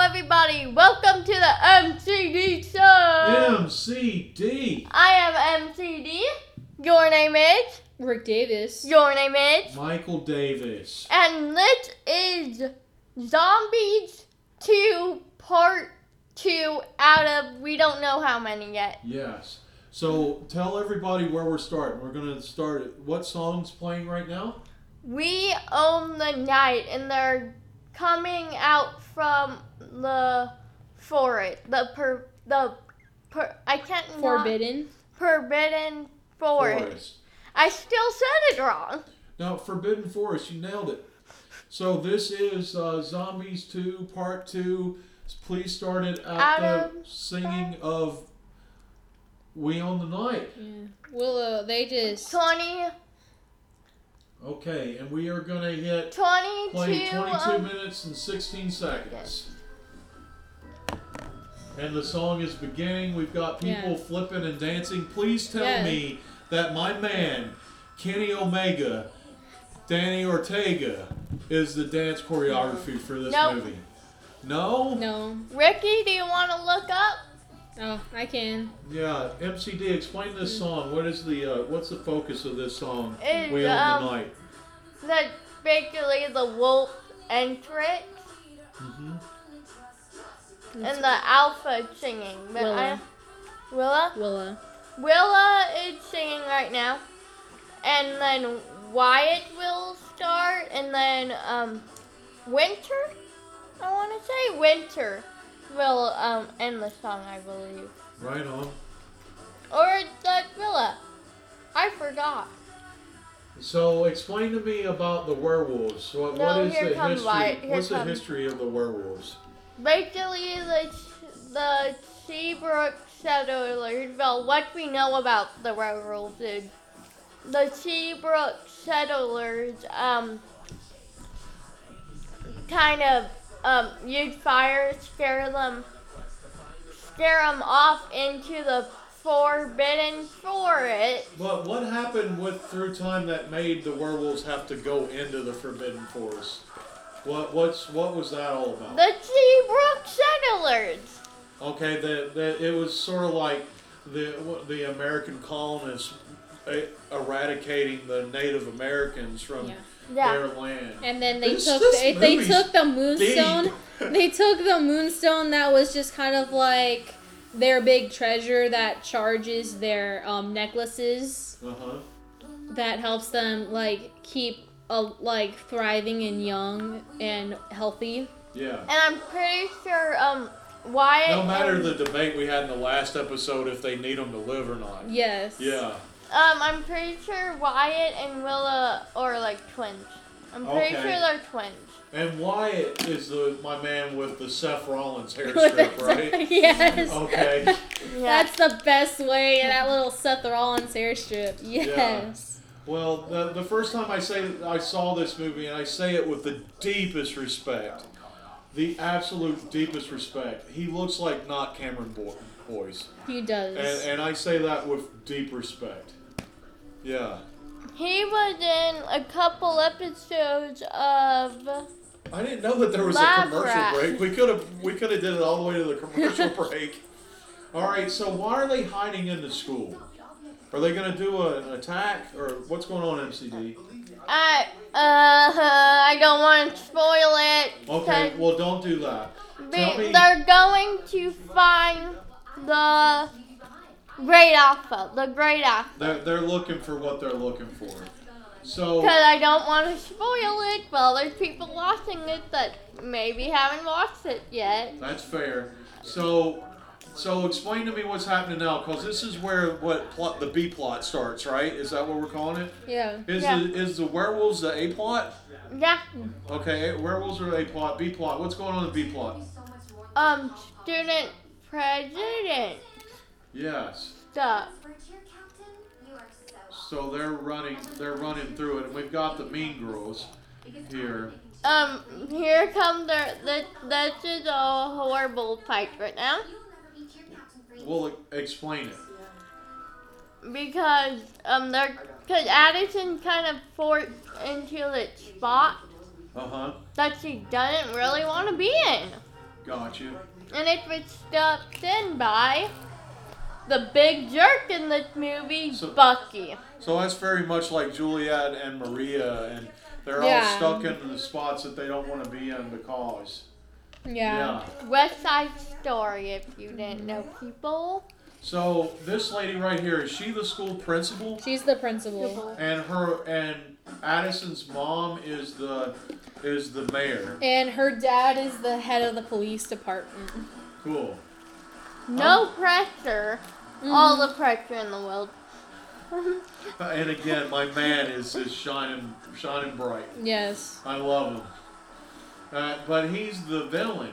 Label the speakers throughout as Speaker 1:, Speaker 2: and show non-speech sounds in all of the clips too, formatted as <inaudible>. Speaker 1: everybody. Welcome to the MCD show.
Speaker 2: MCD.
Speaker 1: I am MCD. Your name is.
Speaker 3: Rick Davis.
Speaker 1: Your name is.
Speaker 2: Michael Davis.
Speaker 1: And this is Zombies 2 Part 2 out of we don't know how many yet.
Speaker 2: Yes. So tell everybody where we're starting. We're gonna start. At, what song's playing right now?
Speaker 1: We own the night and they're coming out from the forest. The per. The per. I can't. not-
Speaker 3: Forbidden.
Speaker 1: Forbidden forest. I still said it wrong.
Speaker 2: Now, Forbidden Forest. You nailed it. So this is uh, Zombies Two Part Two. Please start it at the
Speaker 1: Adam-
Speaker 2: singing of "We on the Night."
Speaker 3: Yeah. Willow, they just.
Speaker 1: 20,
Speaker 2: Okay, and we are gonna hit
Speaker 1: 22.
Speaker 2: playing 22
Speaker 1: um,
Speaker 2: minutes and 16 seconds. And the song is beginning. We've got people
Speaker 3: Yeah.
Speaker 2: flipping and dancing. Please tell
Speaker 3: Yeah.
Speaker 2: me that my man, Kenny Omega, Danny Ortega, is the dance choreography for this
Speaker 1: Nope.
Speaker 2: movie. No?
Speaker 3: No.
Speaker 1: Ricky, do you want to look up?
Speaker 3: Oh, I can.
Speaker 2: Yeah, MCD, explain this song. What is the uh, what's the focus of this song?
Speaker 1: It's,
Speaker 2: we on
Speaker 1: um,
Speaker 2: the night.
Speaker 1: That's basically the wolf entrance
Speaker 2: hmm
Speaker 1: and the alpha singing. But I, Willa?
Speaker 3: Willow.
Speaker 1: Willa is singing right now. And then Wyatt will start. And then um, Winter, I want to say Winter, will um, end the song, I believe.
Speaker 2: Right on.
Speaker 1: Or it's like Willa. I forgot.
Speaker 2: So explain to me about the werewolves. What,
Speaker 1: No,
Speaker 2: what is
Speaker 1: here
Speaker 2: the
Speaker 1: come
Speaker 2: history?
Speaker 1: Vi- here
Speaker 2: what's
Speaker 1: come-
Speaker 2: the history of the werewolves?
Speaker 1: Basically, the the Seabrook settlers. Well, what we know about the werewolves is the Seabrook settlers um kind of um use fire, scare them, scare them off into the forbidden forest.
Speaker 2: But what happened with through time that made the werewolves have to go into the Forbidden Forest? What what's what was that all about?
Speaker 1: The Seabrook settlers.
Speaker 2: okay, the, the, it was sort of like the what- the American colonists eh, eradicating the Native Americans from
Speaker 3: Yeah.
Speaker 1: Yeah.
Speaker 2: their land.
Speaker 3: And then they
Speaker 2: This-
Speaker 3: took
Speaker 2: this
Speaker 3: they, they
Speaker 2: movie's
Speaker 3: took
Speaker 2: <laughs>
Speaker 3: the moonstone.
Speaker 2: deep.
Speaker 3: they took the moonstone that was just kind of like their big treasure that charges their um, necklaces
Speaker 2: Uh huh.
Speaker 3: that helps them like keep a, like thriving and young and healthy.
Speaker 2: Yeah.
Speaker 1: And I'm pretty sure um Wyatt.
Speaker 2: No matter
Speaker 1: and-
Speaker 2: the debate we had in the last episode if they need them to live or not.
Speaker 3: Yes. <laughs>
Speaker 2: Yeah.
Speaker 1: Um, I'm pretty sure Wyatt and Willa are like twins. I'm pretty
Speaker 2: Okay.
Speaker 1: sure they're twins.
Speaker 2: And Wyatt is the my man with the Seth Rollins hair
Speaker 3: <laughs> With
Speaker 2: strip,
Speaker 3: that-
Speaker 2: right?
Speaker 3: yes.
Speaker 2: Okay.
Speaker 1: Yeah.
Speaker 3: That's the best way. That little Seth Rollins hair strip. Yes.
Speaker 2: Well, the, the first time I say I saw this movie, and I say it with the deepest respect, the absolute deepest respect. He looks like not Cameron Bo- Boyce,
Speaker 3: He does.
Speaker 2: and and I say that with deep respect. Yeah,
Speaker 1: he was in a couple episodes of.
Speaker 2: I didn't know that there was a
Speaker 1: Lab
Speaker 2: commercial
Speaker 1: rat.
Speaker 2: break. We could have we could have did it all the way to the commercial <laughs> break. All right, so why are they hiding in the school? Are they going to do a, an attack or what's going on, MCD?
Speaker 1: I uh, I don't want to spoil it.
Speaker 2: Okay,
Speaker 1: 'cause
Speaker 2: well, don't do that. tell
Speaker 1: they-
Speaker 2: me-
Speaker 1: They're going to find the Great Alpha, the Great Alpha.
Speaker 2: They're, they're looking for what they're looking for. So,
Speaker 1: Because I don't want to spoil it, but there's people watching it that maybe haven't watched it yet.
Speaker 2: that's fair. So, so explain to me what's happening now, because this is where what plot the B plot starts, right? Is that what we're calling it?
Speaker 3: yeah.
Speaker 2: Is
Speaker 1: Yeah.
Speaker 2: the is the werewolves the A plot?
Speaker 1: Yeah.
Speaker 2: Okay, eh, werewolves are A plot, B plot. What's going on in the B plot?
Speaker 1: Um, student president
Speaker 2: Yes.
Speaker 1: stuff.
Speaker 2: So they're running, they're running through it, and we've got the Mean Girls here.
Speaker 1: Um, here comes the this, this is a horrible fight right now
Speaker 2: We'll explain it.
Speaker 1: because um they're because Addison kind of forced into the spot
Speaker 2: Uh huh.
Speaker 1: that she doesn't really want to be in.
Speaker 2: Gotcha.
Speaker 1: And if it's dubbed in by the big jerk in this movie,
Speaker 2: So-
Speaker 1: Bucky.
Speaker 2: So that's very much like Juliet and Maria, and they're
Speaker 3: Yeah.
Speaker 2: all stuck in the spots that they don't want to be in because.
Speaker 3: Yeah.
Speaker 1: West Side Story, if you didn't know, people.
Speaker 2: So this lady right here is she the school principal?
Speaker 3: She's the principal.
Speaker 2: And her and Addison's mom is the is the mayor.
Speaker 3: And her dad is the head of the police department.
Speaker 2: Cool.
Speaker 1: No pressure. All the pressure in the world.
Speaker 2: And again, my man is is shining shining bright.
Speaker 3: Yes.
Speaker 2: I love him. Uh, but he's the villain.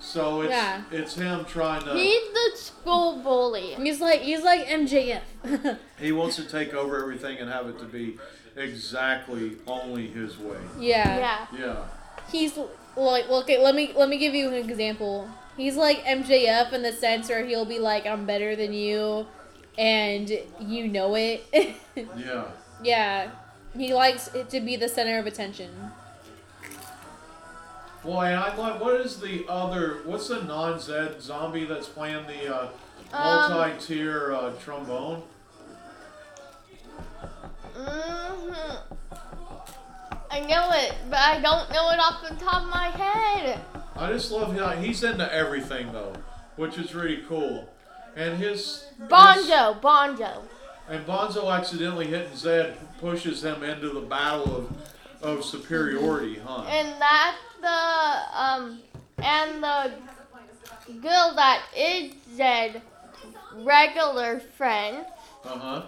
Speaker 2: So it's
Speaker 3: Yeah.
Speaker 2: it's him trying to.
Speaker 1: He's the school bully.
Speaker 3: He's like he's like <laughs> MJF.
Speaker 2: He wants to take over everything and have it to be exactly only his way.
Speaker 3: yeah.
Speaker 1: Yeah.
Speaker 2: Yeah.
Speaker 3: He's l- like look at let me let me give you an example. He's like MJF in the sense where he'll be like I'm better than you and you know it. <laughs>
Speaker 2: Yeah.
Speaker 3: yeah. He likes it to be the center of attention.
Speaker 2: Boy, and I love. What is the other? What's the non-Zed zombie that's playing the uh,
Speaker 1: Um,
Speaker 2: multi-tier uh, trombone?
Speaker 1: hmm I know it, but I don't know it off the top of my head.
Speaker 2: I just love how he's into everything though, which is really cool. And his his-
Speaker 1: Bonzo, Bonzo.
Speaker 2: And Bonzo accidentally hitting Zed pushes him into the battle of, of superiority, huh?
Speaker 1: And that's the um and the girl that is Zed regular friend.
Speaker 2: Uh huh.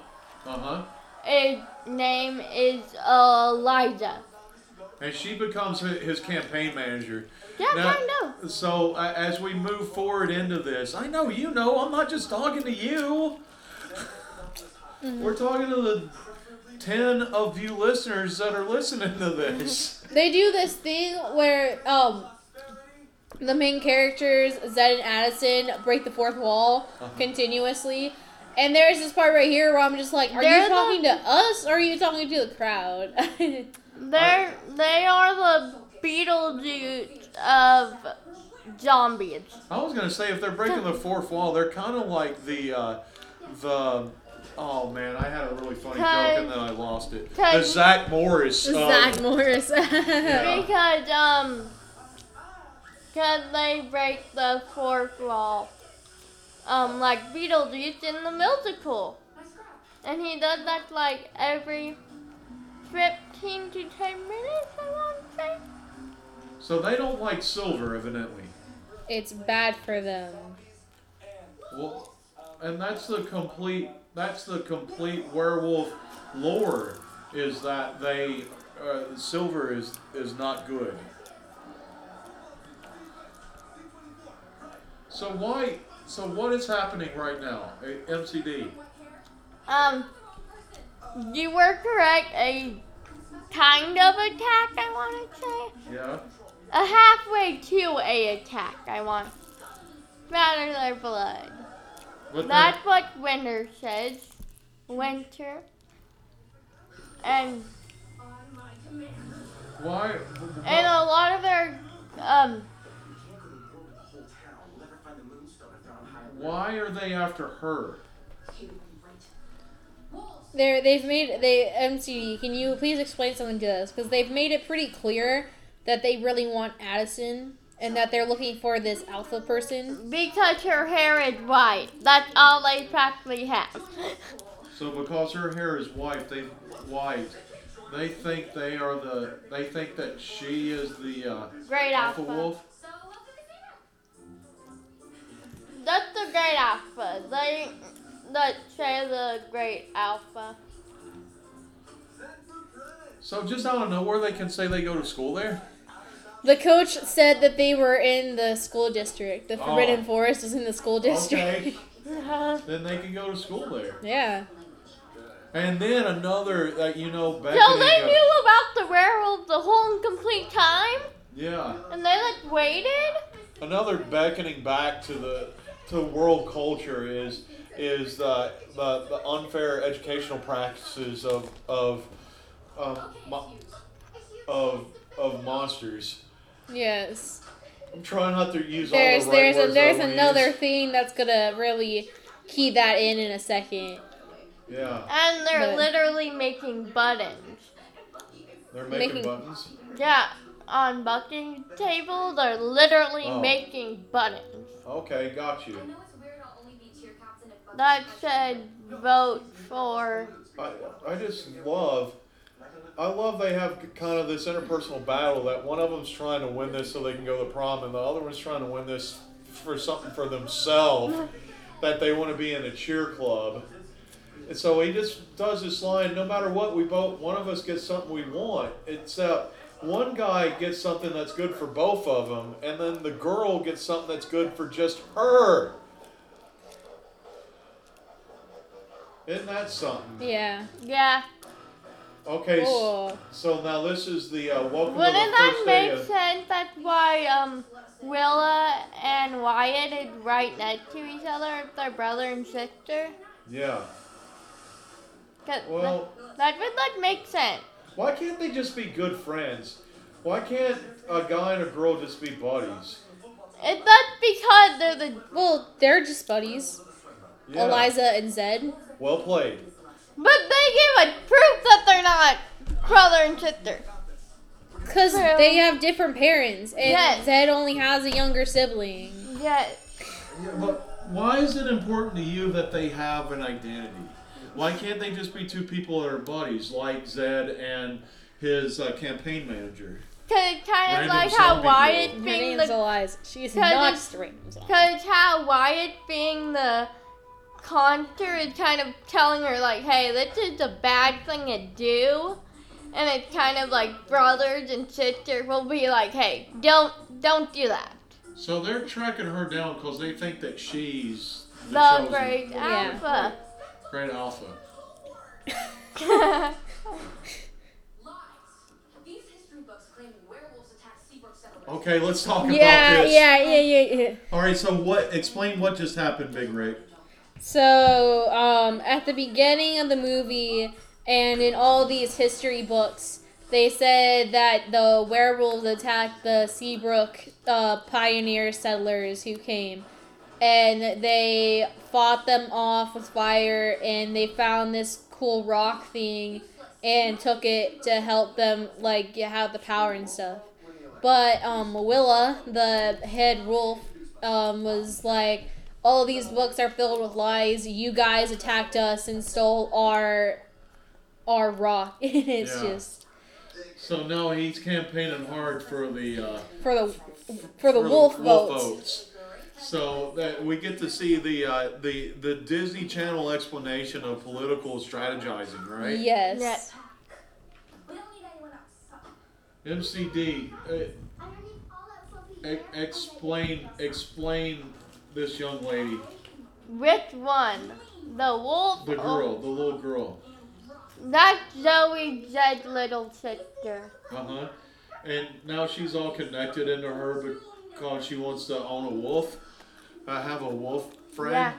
Speaker 2: Uh huh.
Speaker 1: His name is Eliza.
Speaker 2: And she becomes hi- his campaign manager.
Speaker 1: Yeah,
Speaker 2: Now-
Speaker 1: kind of.
Speaker 2: So a as we move forward into this, I know you know I'm not just talking to you.
Speaker 1: Mm-hmm.
Speaker 2: We're talking to the ten of you listeners that are listening to this.
Speaker 3: They do this thing where um the main characters Zed and Addison break the fourth wall continuously. And there's this part right here where I'm just like, are
Speaker 1: They're
Speaker 3: you
Speaker 1: the-
Speaker 3: talking to us or are you talking to the crowd? <laughs>
Speaker 1: They're they are the Beetlejuice of zombies.
Speaker 2: I was gonna say if they're breaking the fourth wall, they're kind of like the uh, the. Oh man, I had a really funny joke and then I lost it. The
Speaker 1: Ted-
Speaker 2: Zach Morris. of-
Speaker 3: Zach Morris.
Speaker 1: <laughs>
Speaker 2: Yeah.
Speaker 1: Because um, because they break the fourth wall, um, like Beetlejuice in the musical, and he does that like every fifteen to ten minutes. I want to say.
Speaker 2: So they don't like silver, evidently.
Speaker 3: it's bad for them.
Speaker 2: Well, and that's the complete that's the complete werewolf lore is that they uh, silver is is not good. So why? So what is happening right now? A- MCD.
Speaker 1: Um, you were correct. A kind of attack. I want to say.
Speaker 2: Yeah.
Speaker 1: a halfway to a attack. I want rather their blood.
Speaker 2: But
Speaker 1: That's what Winter says. Winter. And
Speaker 2: they're- why?
Speaker 1: and a lot of their um
Speaker 2: Why are they after her?
Speaker 3: They're, they've made they MCD. Can you please explain something to us? Because they've made it pretty clear that they really want Addison and that they're looking for this alpha person.
Speaker 1: because her hair is white. That's all they practically have.
Speaker 2: So because her hair is white, they white. They think they are the. They think that she is the uh,
Speaker 1: Great
Speaker 2: alpha
Speaker 1: alpha.
Speaker 2: wolf.
Speaker 1: That's the great alpha. They that say the great alpha.
Speaker 2: So just out of nowhere, they can say they go to school there.
Speaker 3: The coach said that they were in the school district. The
Speaker 2: Oh.
Speaker 3: Forbidden Forest is in the school district. <laughs>
Speaker 2: Okay. then they can go to school there.
Speaker 3: yeah.
Speaker 2: And then another, uh, you know, uh, back
Speaker 1: So they knew about the werewolf the whole and complete time,
Speaker 2: Yeah.
Speaker 1: and they like waited.
Speaker 2: another beckoning back to the to world culture is is the the, the unfair educational practices of of um, of, mo- of of monsters
Speaker 3: Yes.
Speaker 2: I'm trying not to use
Speaker 3: There's
Speaker 2: all the right
Speaker 3: there's
Speaker 2: words
Speaker 3: a, there's
Speaker 2: I wanna
Speaker 3: another
Speaker 2: use.
Speaker 3: thing that's gonna really key that in in a second.
Speaker 2: Yeah,
Speaker 1: And they're
Speaker 3: But-
Speaker 1: literally making buttons.
Speaker 2: they're making,
Speaker 3: Making-
Speaker 2: buttons.
Speaker 1: Yeah, on bucking table, they're literally
Speaker 2: Oh.
Speaker 1: making buttons
Speaker 2: Okay, got you.
Speaker 1: that said vote for.
Speaker 2: I, I just love, I love they have kind of this interpersonal battle that one of them's trying to win this so they can go to prom, and the other one's trying to win this for something for themselves that they want to be in a cheer club. And so he just does this line: no matter what, we both one of us gets something we want, except. One guy gets something that's good for both of them, and then the girl gets something that's good for just her. Isn't that something?
Speaker 3: Yeah.
Speaker 1: Yeah.
Speaker 2: Okay, s-
Speaker 3: Cool.
Speaker 2: so now this is the uh, welcome
Speaker 1: Wouldn't
Speaker 2: to the
Speaker 1: Oh. that
Speaker 2: first day
Speaker 1: make
Speaker 2: of-
Speaker 1: sense? That's why um, Willa and Wyatt is right next to each other. if They're brother and sister.
Speaker 2: Yeah.
Speaker 1: 'Cause
Speaker 2: Well,
Speaker 1: that, that would like make sense.
Speaker 2: why can't they just be good friends? Why can't a guy and a girl just be buddies?
Speaker 1: It's that's because they're the.
Speaker 3: Well, they're just buddies,
Speaker 1: Oh,
Speaker 2: Yeah.
Speaker 3: Eliza and Zed.
Speaker 2: Well played.
Speaker 1: But they give us proof that they're not brother and sister.
Speaker 3: Cause
Speaker 1: True.
Speaker 3: they have different parents, and
Speaker 1: Yes.
Speaker 3: Zed only has a younger sibling.
Speaker 1: Yes.
Speaker 2: But why is it important to you that they have an identity? Why can't they just be two people that are buddies, like Zed and his uh, campaign manager?
Speaker 1: Cause it's kind
Speaker 2: Random
Speaker 1: of like
Speaker 2: zombie
Speaker 1: how
Speaker 3: Her
Speaker 1: Wyatt being
Speaker 3: name's
Speaker 1: the.
Speaker 3: Eliza. She's
Speaker 1: Cousin-
Speaker 3: not just a random zombie.
Speaker 1: Cause it's how Wyatt being the conter is kind of telling her like, hey, this is a bad thing to do. And it's kind of like brothers and sisters will be like, hey, don't don't do that.
Speaker 2: So they're tracking her down because they think that she's the,
Speaker 1: The
Speaker 2: chosen
Speaker 1: great
Speaker 3: Yeah.
Speaker 1: alpha.
Speaker 2: great alpha.
Speaker 1: <laughs>
Speaker 4: These history books claim werewolves attacked Seabrook settlers.
Speaker 2: Okay, let's talk
Speaker 3: yeah,
Speaker 2: about this.
Speaker 3: yeah, yeah, yeah, yeah.
Speaker 2: All right, so what? Explain what just happened, Big Rick.
Speaker 3: So, um, at the beginning of the movie and in all these history books, they said that the werewolves attacked the Seabrook uh, pioneer settlers who came. And they fought them off with fire, and they found this cool rock thing and took it to help them, like, get- have the power and stuff. But um, Willa, the head wolf, um, was like, all these books are filled with lies. You guys attacked us and stole our our rock. <laughs> And it's
Speaker 2: Yeah.
Speaker 3: just
Speaker 2: So now he's campaigning hard for the uh,
Speaker 3: for the for the wolf, votes.
Speaker 2: votes. So that we get to see the uh, the the Disney Channel explanation of political strategizing, right?
Speaker 3: Yes.
Speaker 1: Yes.
Speaker 2: Oh.
Speaker 4: We don't need anyone else.
Speaker 2: MCD, uh,
Speaker 4: Underneath all that fluffy
Speaker 2: e-
Speaker 4: hair,
Speaker 2: explain explain this young lady,
Speaker 1: Which one? The wolf
Speaker 3: Uh-huh.
Speaker 2: the girl, the little girl.
Speaker 1: Or, that's Zoe Zed's little sister.
Speaker 2: Uh huh. And now she's all connected into her because she wants to own a wolf. I have a wolf friend.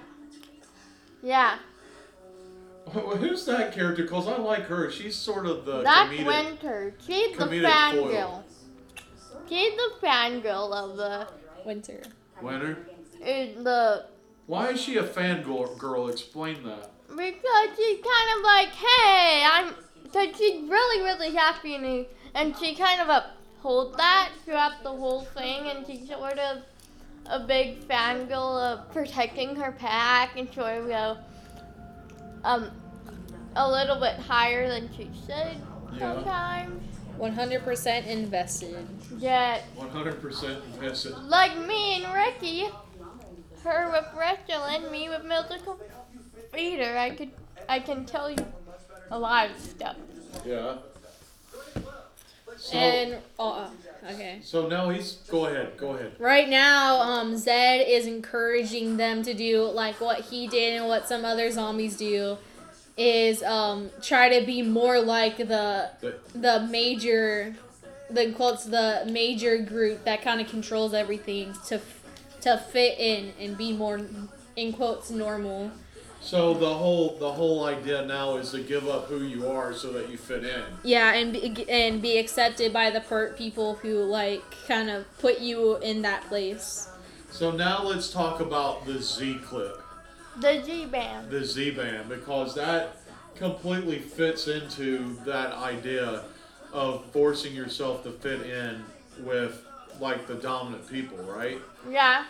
Speaker 1: Yeah. Yeah.
Speaker 2: Wh- Who's that character? Because I like her. She's sort of the
Speaker 1: That's
Speaker 2: comedic.
Speaker 1: Winter. She's the
Speaker 2: comedic
Speaker 1: fangirl. She's the fangirl of the
Speaker 3: Winter.
Speaker 2: Winner.
Speaker 1: is the
Speaker 2: Why is she a fangirl? Girl, explain that.
Speaker 1: because she's kind of like, hey, I'm. Because she's really, really happy and and she kind of upholds that throughout the whole thing, and she's sort of a big fangirl of protecting her pack and sort of go um a little bit higher than she should
Speaker 2: Yeah,
Speaker 1: sometimes.
Speaker 3: One hundred percent invested.
Speaker 1: Yeah.
Speaker 2: <laughs> 100% invested.
Speaker 1: Like me and Ricky, her with wrestling, me with musical theater. I could, I can tell you a lot of stuff.
Speaker 2: Yeah. So,
Speaker 3: and uh, okay.
Speaker 2: so now he's. Go ahead. Go ahead.
Speaker 3: Right now, um, Zed is encouraging them to do like what he did and what some other zombies do, is um try to be more like the
Speaker 2: The-
Speaker 3: the major, the quotes the major group that kind of controls everything to to fit in and be more in quotes normal.
Speaker 2: So the whole the whole idea now is to give up who you are so that you fit in.
Speaker 3: Yeah, and be, and be accepted by the per- people who like kind of put you in that place.
Speaker 2: So now let's talk about the Z clip,
Speaker 1: The G band.
Speaker 2: the Z band, because that completely fits into that idea of forcing yourself to fit in with like the dominant people, right?
Speaker 1: Yeah.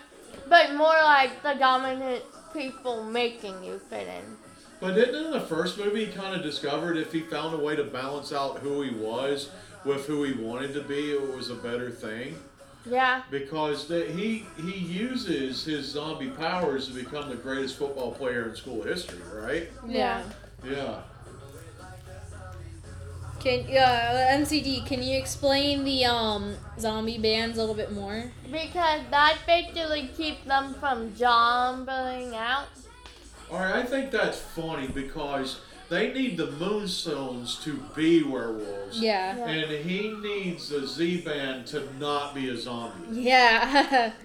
Speaker 1: But more like the dominant people making you fit in.
Speaker 2: But didn't in the first movie he kind of discovered if he found a way to balance out who he was with who he wanted to be, it was a better thing
Speaker 1: Yeah.
Speaker 2: because the, he he uses his zombie powers to become the greatest football player in school history, right?
Speaker 1: Yeah.
Speaker 2: Yeah.
Speaker 3: Can uh, MCD? Can you explain the um zombie bands a little bit more?
Speaker 1: Because that basically keeps them from zombieing out.
Speaker 2: All right, I think that's funny because they need the moonstones to be werewolves.
Speaker 3: Yeah.
Speaker 2: And he needs the Z band to not be a zombie.
Speaker 3: Yeah. <laughs>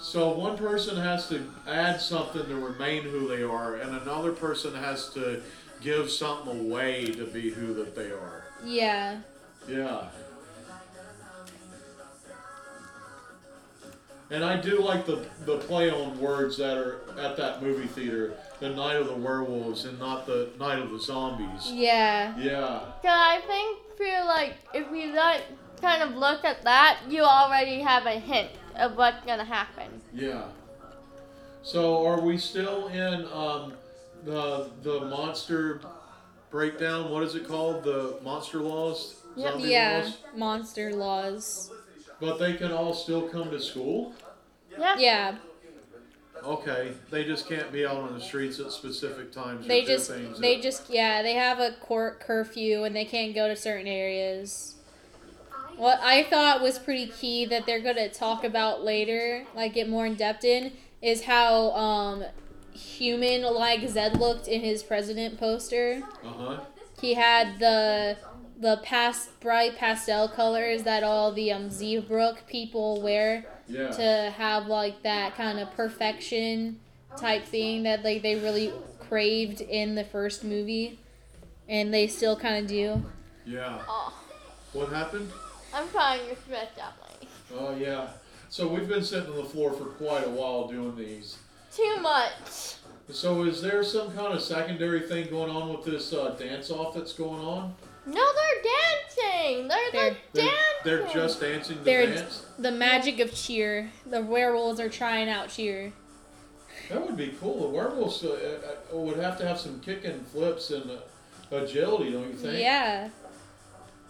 Speaker 2: So one person has to add something to remain who they are, and another person has to give something away to be who that they are.
Speaker 3: yeah.
Speaker 2: Yeah. And I do like the the play on words that are at that movie theater, the night of the werewolves and not the night of the zombies.
Speaker 3: Yeah.
Speaker 2: Yeah.
Speaker 1: So I think feel like if you like kind of look at that, you already have a hint of what's gonna happen.
Speaker 2: Yeah. So are we still in um, the the monster breakdown? What is it called? The monster laws?
Speaker 1: Yep.
Speaker 2: Zombie
Speaker 3: Yeah.
Speaker 2: laws?
Speaker 3: Monster laws.
Speaker 2: But they can all still come to school?
Speaker 1: Yeah.
Speaker 3: Yeah.
Speaker 2: Okay. They just can't be out on the streets at specific times. or
Speaker 3: They
Speaker 2: do
Speaker 3: just
Speaker 2: things
Speaker 3: they
Speaker 2: that-
Speaker 3: just yeah they have a court curfew and they can't go to certain areas.
Speaker 2: E-
Speaker 3: What I thought was pretty key that they're gonna talk about later, like get more in depth in, is how um human like Zed looked in his president poster.
Speaker 2: Uh-huh.
Speaker 3: He had the the past bright pastel colors that all the um Zebrook people wear
Speaker 2: Yeah.
Speaker 3: to have like that kind of perfection type thing that like they really craved in the first movie and they still kind of do
Speaker 2: yeah.
Speaker 1: Oh,
Speaker 2: What happened?
Speaker 1: I'm trying to stretch out my
Speaker 2: Oh yeah. So we've been sitting on the floor for quite a while doing these.
Speaker 1: too much.
Speaker 2: So is there some kind of secondary thing going on with this uh, dance off that's going on?
Speaker 1: No, they're dancing. They're they're,
Speaker 2: They're,
Speaker 1: dancing.
Speaker 2: they're just dancing the
Speaker 3: They're-
Speaker 2: dance.
Speaker 3: the magic of cheer the werewolves are trying out cheer
Speaker 2: That would be cool. The werewolves uh, uh, would have to have some kicking flips and uh, agility, don't you think?
Speaker 3: yeah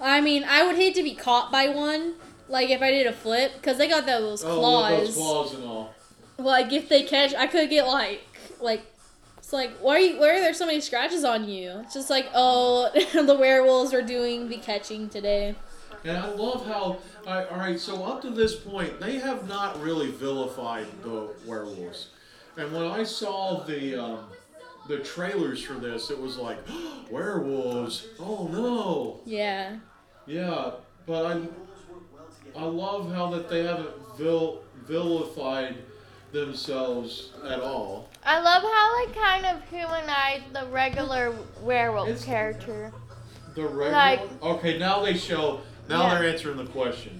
Speaker 3: i mean i would hate to be caught by one like if i did a flip because they got those
Speaker 2: Oh,
Speaker 3: claws
Speaker 2: with those claws and all.
Speaker 3: like if they catch i could get like like it's like why are you why are there so many scratches on you it's just like oh <laughs> the werewolves are doing the catching today
Speaker 2: And I love how. I, all right, so up to this point, they have not really vilified the werewolves. And when I saw the um, the trailers for this, it was like <gasps> werewolves. Oh no!
Speaker 3: Yeah.
Speaker 2: Yeah, but I I love how that they haven't vil, vilified themselves at all.
Speaker 1: I love how they kind of humanize the regular werewolf
Speaker 2: It's-
Speaker 1: character.
Speaker 2: The regular.
Speaker 1: Like-
Speaker 2: okay, now they show. Now
Speaker 1: Yeah.
Speaker 2: they're answering the question.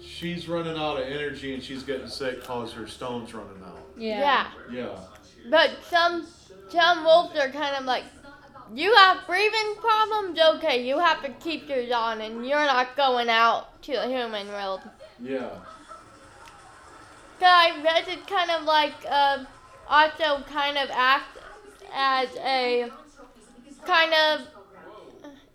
Speaker 2: She's running out of energy and she's getting sick because her stone's running out.
Speaker 3: Yeah.
Speaker 2: Yeah.
Speaker 1: But some some wolves are kind of like, you have breathing problems. Okay, you have to keep yours on, and you're not going out to the human world.
Speaker 2: Yeah. <laughs>
Speaker 1: So I read it kind of like um also kind of act as a kind of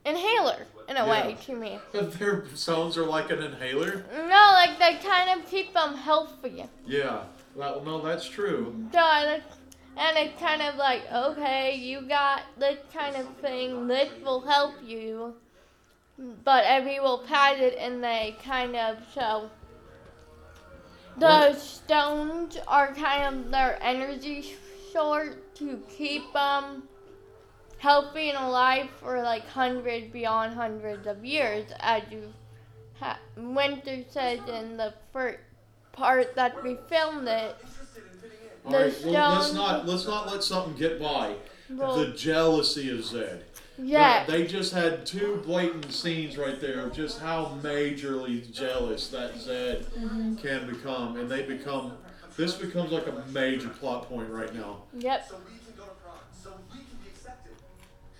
Speaker 1: inhaler in a way to me.
Speaker 2: But their sounds are like an inhaler?
Speaker 1: No, like they kind of keep them healthy.
Speaker 2: Yeah. Well, no, that's true.
Speaker 1: So I like- and it's kind of like, okay, you got this kind of thing. This will help you, but every will pass it, and they kind of so. The stones are kind of their energy source to keep them healthy and alive for like hundreds beyond hundreds of years, as you ha- Winter says in the first part that we filmed it
Speaker 2: All right, well, let's
Speaker 1: stone-
Speaker 2: not let's not let something get by.
Speaker 1: Well,
Speaker 2: The jealousy is Zed.
Speaker 1: yeah.
Speaker 2: They just had two blatant scenes right there of just how majorly jealous that Zed
Speaker 1: Mm-hmm.
Speaker 2: can become, and they become. This becomes like a major plot point right now,
Speaker 1: Yep.
Speaker 5: So we can go to prom. So we can be accepted.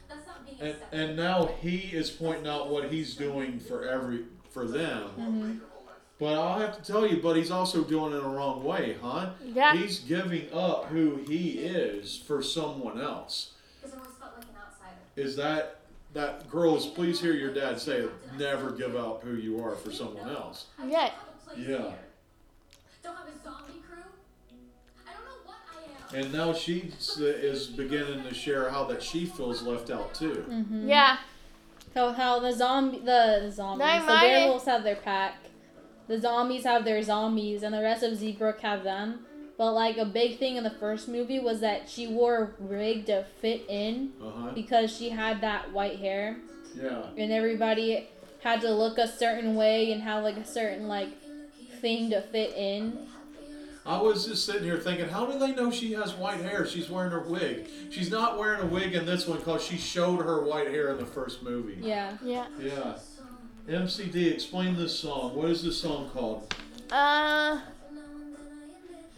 Speaker 4: That's not being
Speaker 2: and
Speaker 4: accepted.
Speaker 2: and now he is pointing out what he's doing for every for them.
Speaker 1: Mm-hmm.
Speaker 2: But I'll have to tell you, but he's also doing it the wrong way, huh?
Speaker 1: Yeah.
Speaker 2: He's giving up who he is for someone else.
Speaker 4: Because I always felt like an outsider.
Speaker 2: Is that that girls? Please hear your dad say it. Never give up who you are for someone else.
Speaker 4: I
Speaker 1: Yeah.
Speaker 4: don't have a place
Speaker 2: Yeah.
Speaker 4: here. Don't have a zombie crew. I don't know what I am.
Speaker 2: And now she s- is beginning to share how that she feels left out too.
Speaker 1: Yeah.
Speaker 3: Mm-hmm. So how the zombie, the, the zombies,
Speaker 1: They
Speaker 3: the
Speaker 1: might-
Speaker 3: werewolves have their pack, the zombies have their zombies, and the rest of Zebrook have them. But like a big thing in the first movie was that she wore a wig to fit in
Speaker 2: Uh huh.
Speaker 3: because she had that white hair,
Speaker 2: Yeah.
Speaker 3: and everybody had to look a certain way and have like a certain like thing to fit in.
Speaker 2: I was just sitting here thinking, how do they know she has white hair? She's wearing her wig. She's not wearing a wig in this one because she showed her white hair in the first movie.
Speaker 3: Yeah.
Speaker 1: Yeah.
Speaker 2: Yeah. MCD, explain this song. What is this song called?
Speaker 1: Uh.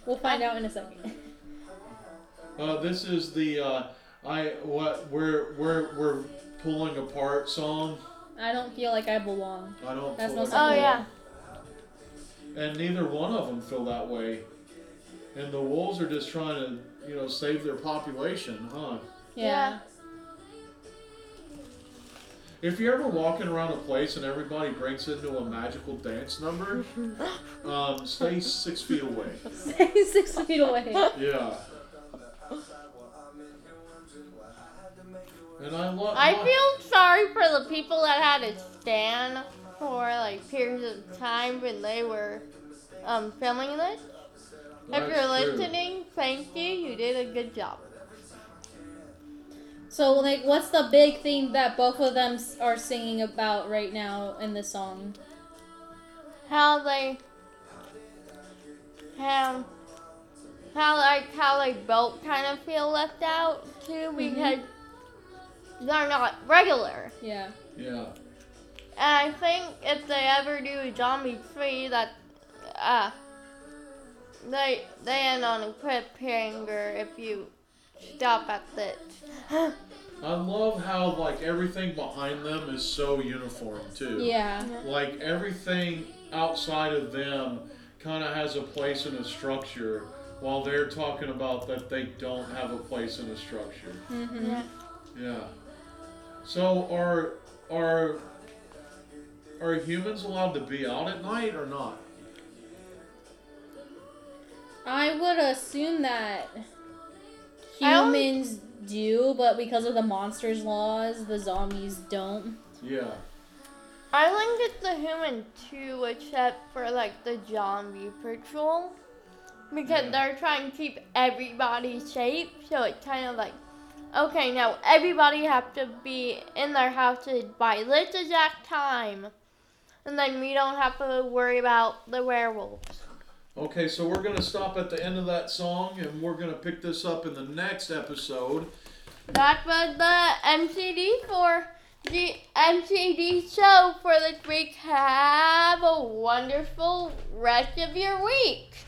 Speaker 3: We'll find out in a second.
Speaker 2: Uh, this is the uh, I what we're we're we're pulling apart song.
Speaker 3: I don't feel like I belong.
Speaker 2: I don't.
Speaker 3: That's
Speaker 2: pull
Speaker 3: not
Speaker 1: Oh
Speaker 3: something-
Speaker 2: apart.
Speaker 1: yeah.
Speaker 2: And neither one of them feel that way. And the wolves are just trying to you know save their population, huh?
Speaker 3: Yeah.
Speaker 2: If you're ever walking around a place and everybody breaks into a magical dance number, um, stay six feet away.
Speaker 3: <laughs> Six feet away.
Speaker 2: Yeah. And I love.
Speaker 1: I feel sorry for the people that had to stand for like periods of time when they were um, filming this. if you're
Speaker 2: That's true.
Speaker 1: listening, thank you. You did a good job.
Speaker 3: So, like, what's the big thing that both of them s- are singing about right now in the song?
Speaker 1: How they how how like how they both kind of feel left out too
Speaker 2: Mm-hmm.
Speaker 1: because they're not regular.
Speaker 3: Yeah.
Speaker 2: Yeah.
Speaker 1: And I think if they ever do a zombie three, that uh, they they end on a cliffhanger if you stop at this.
Speaker 2: I love how like everything behind them is so uniform too.
Speaker 3: Yeah.
Speaker 2: Like everything outside of them kind of has a place in a structure, while they're talking about that they don't have a place in a structure.
Speaker 3: Mm-hmm.
Speaker 1: Yeah.
Speaker 2: Yeah. So are are are humans allowed to be out at night or not?
Speaker 3: I would assume that
Speaker 1: I don't-
Speaker 3: humans do, but because of the monsters laws, the zombies don't.
Speaker 2: Yeah.
Speaker 1: <gasps> I think it's the human too, except for like the zombie patrol, because
Speaker 2: Yeah.
Speaker 1: they're trying to keep everybody safe. So it's kind of like, okay, now everybody have to be in their houses by this exact time, and then we don't have to worry about the werewolves.
Speaker 2: Okay, so we're gonna stop at the end of that song, and we're gonna pick this up in the next episode.
Speaker 1: That was the MCD for the MCD show for this week. Have a wonderful rest of your week.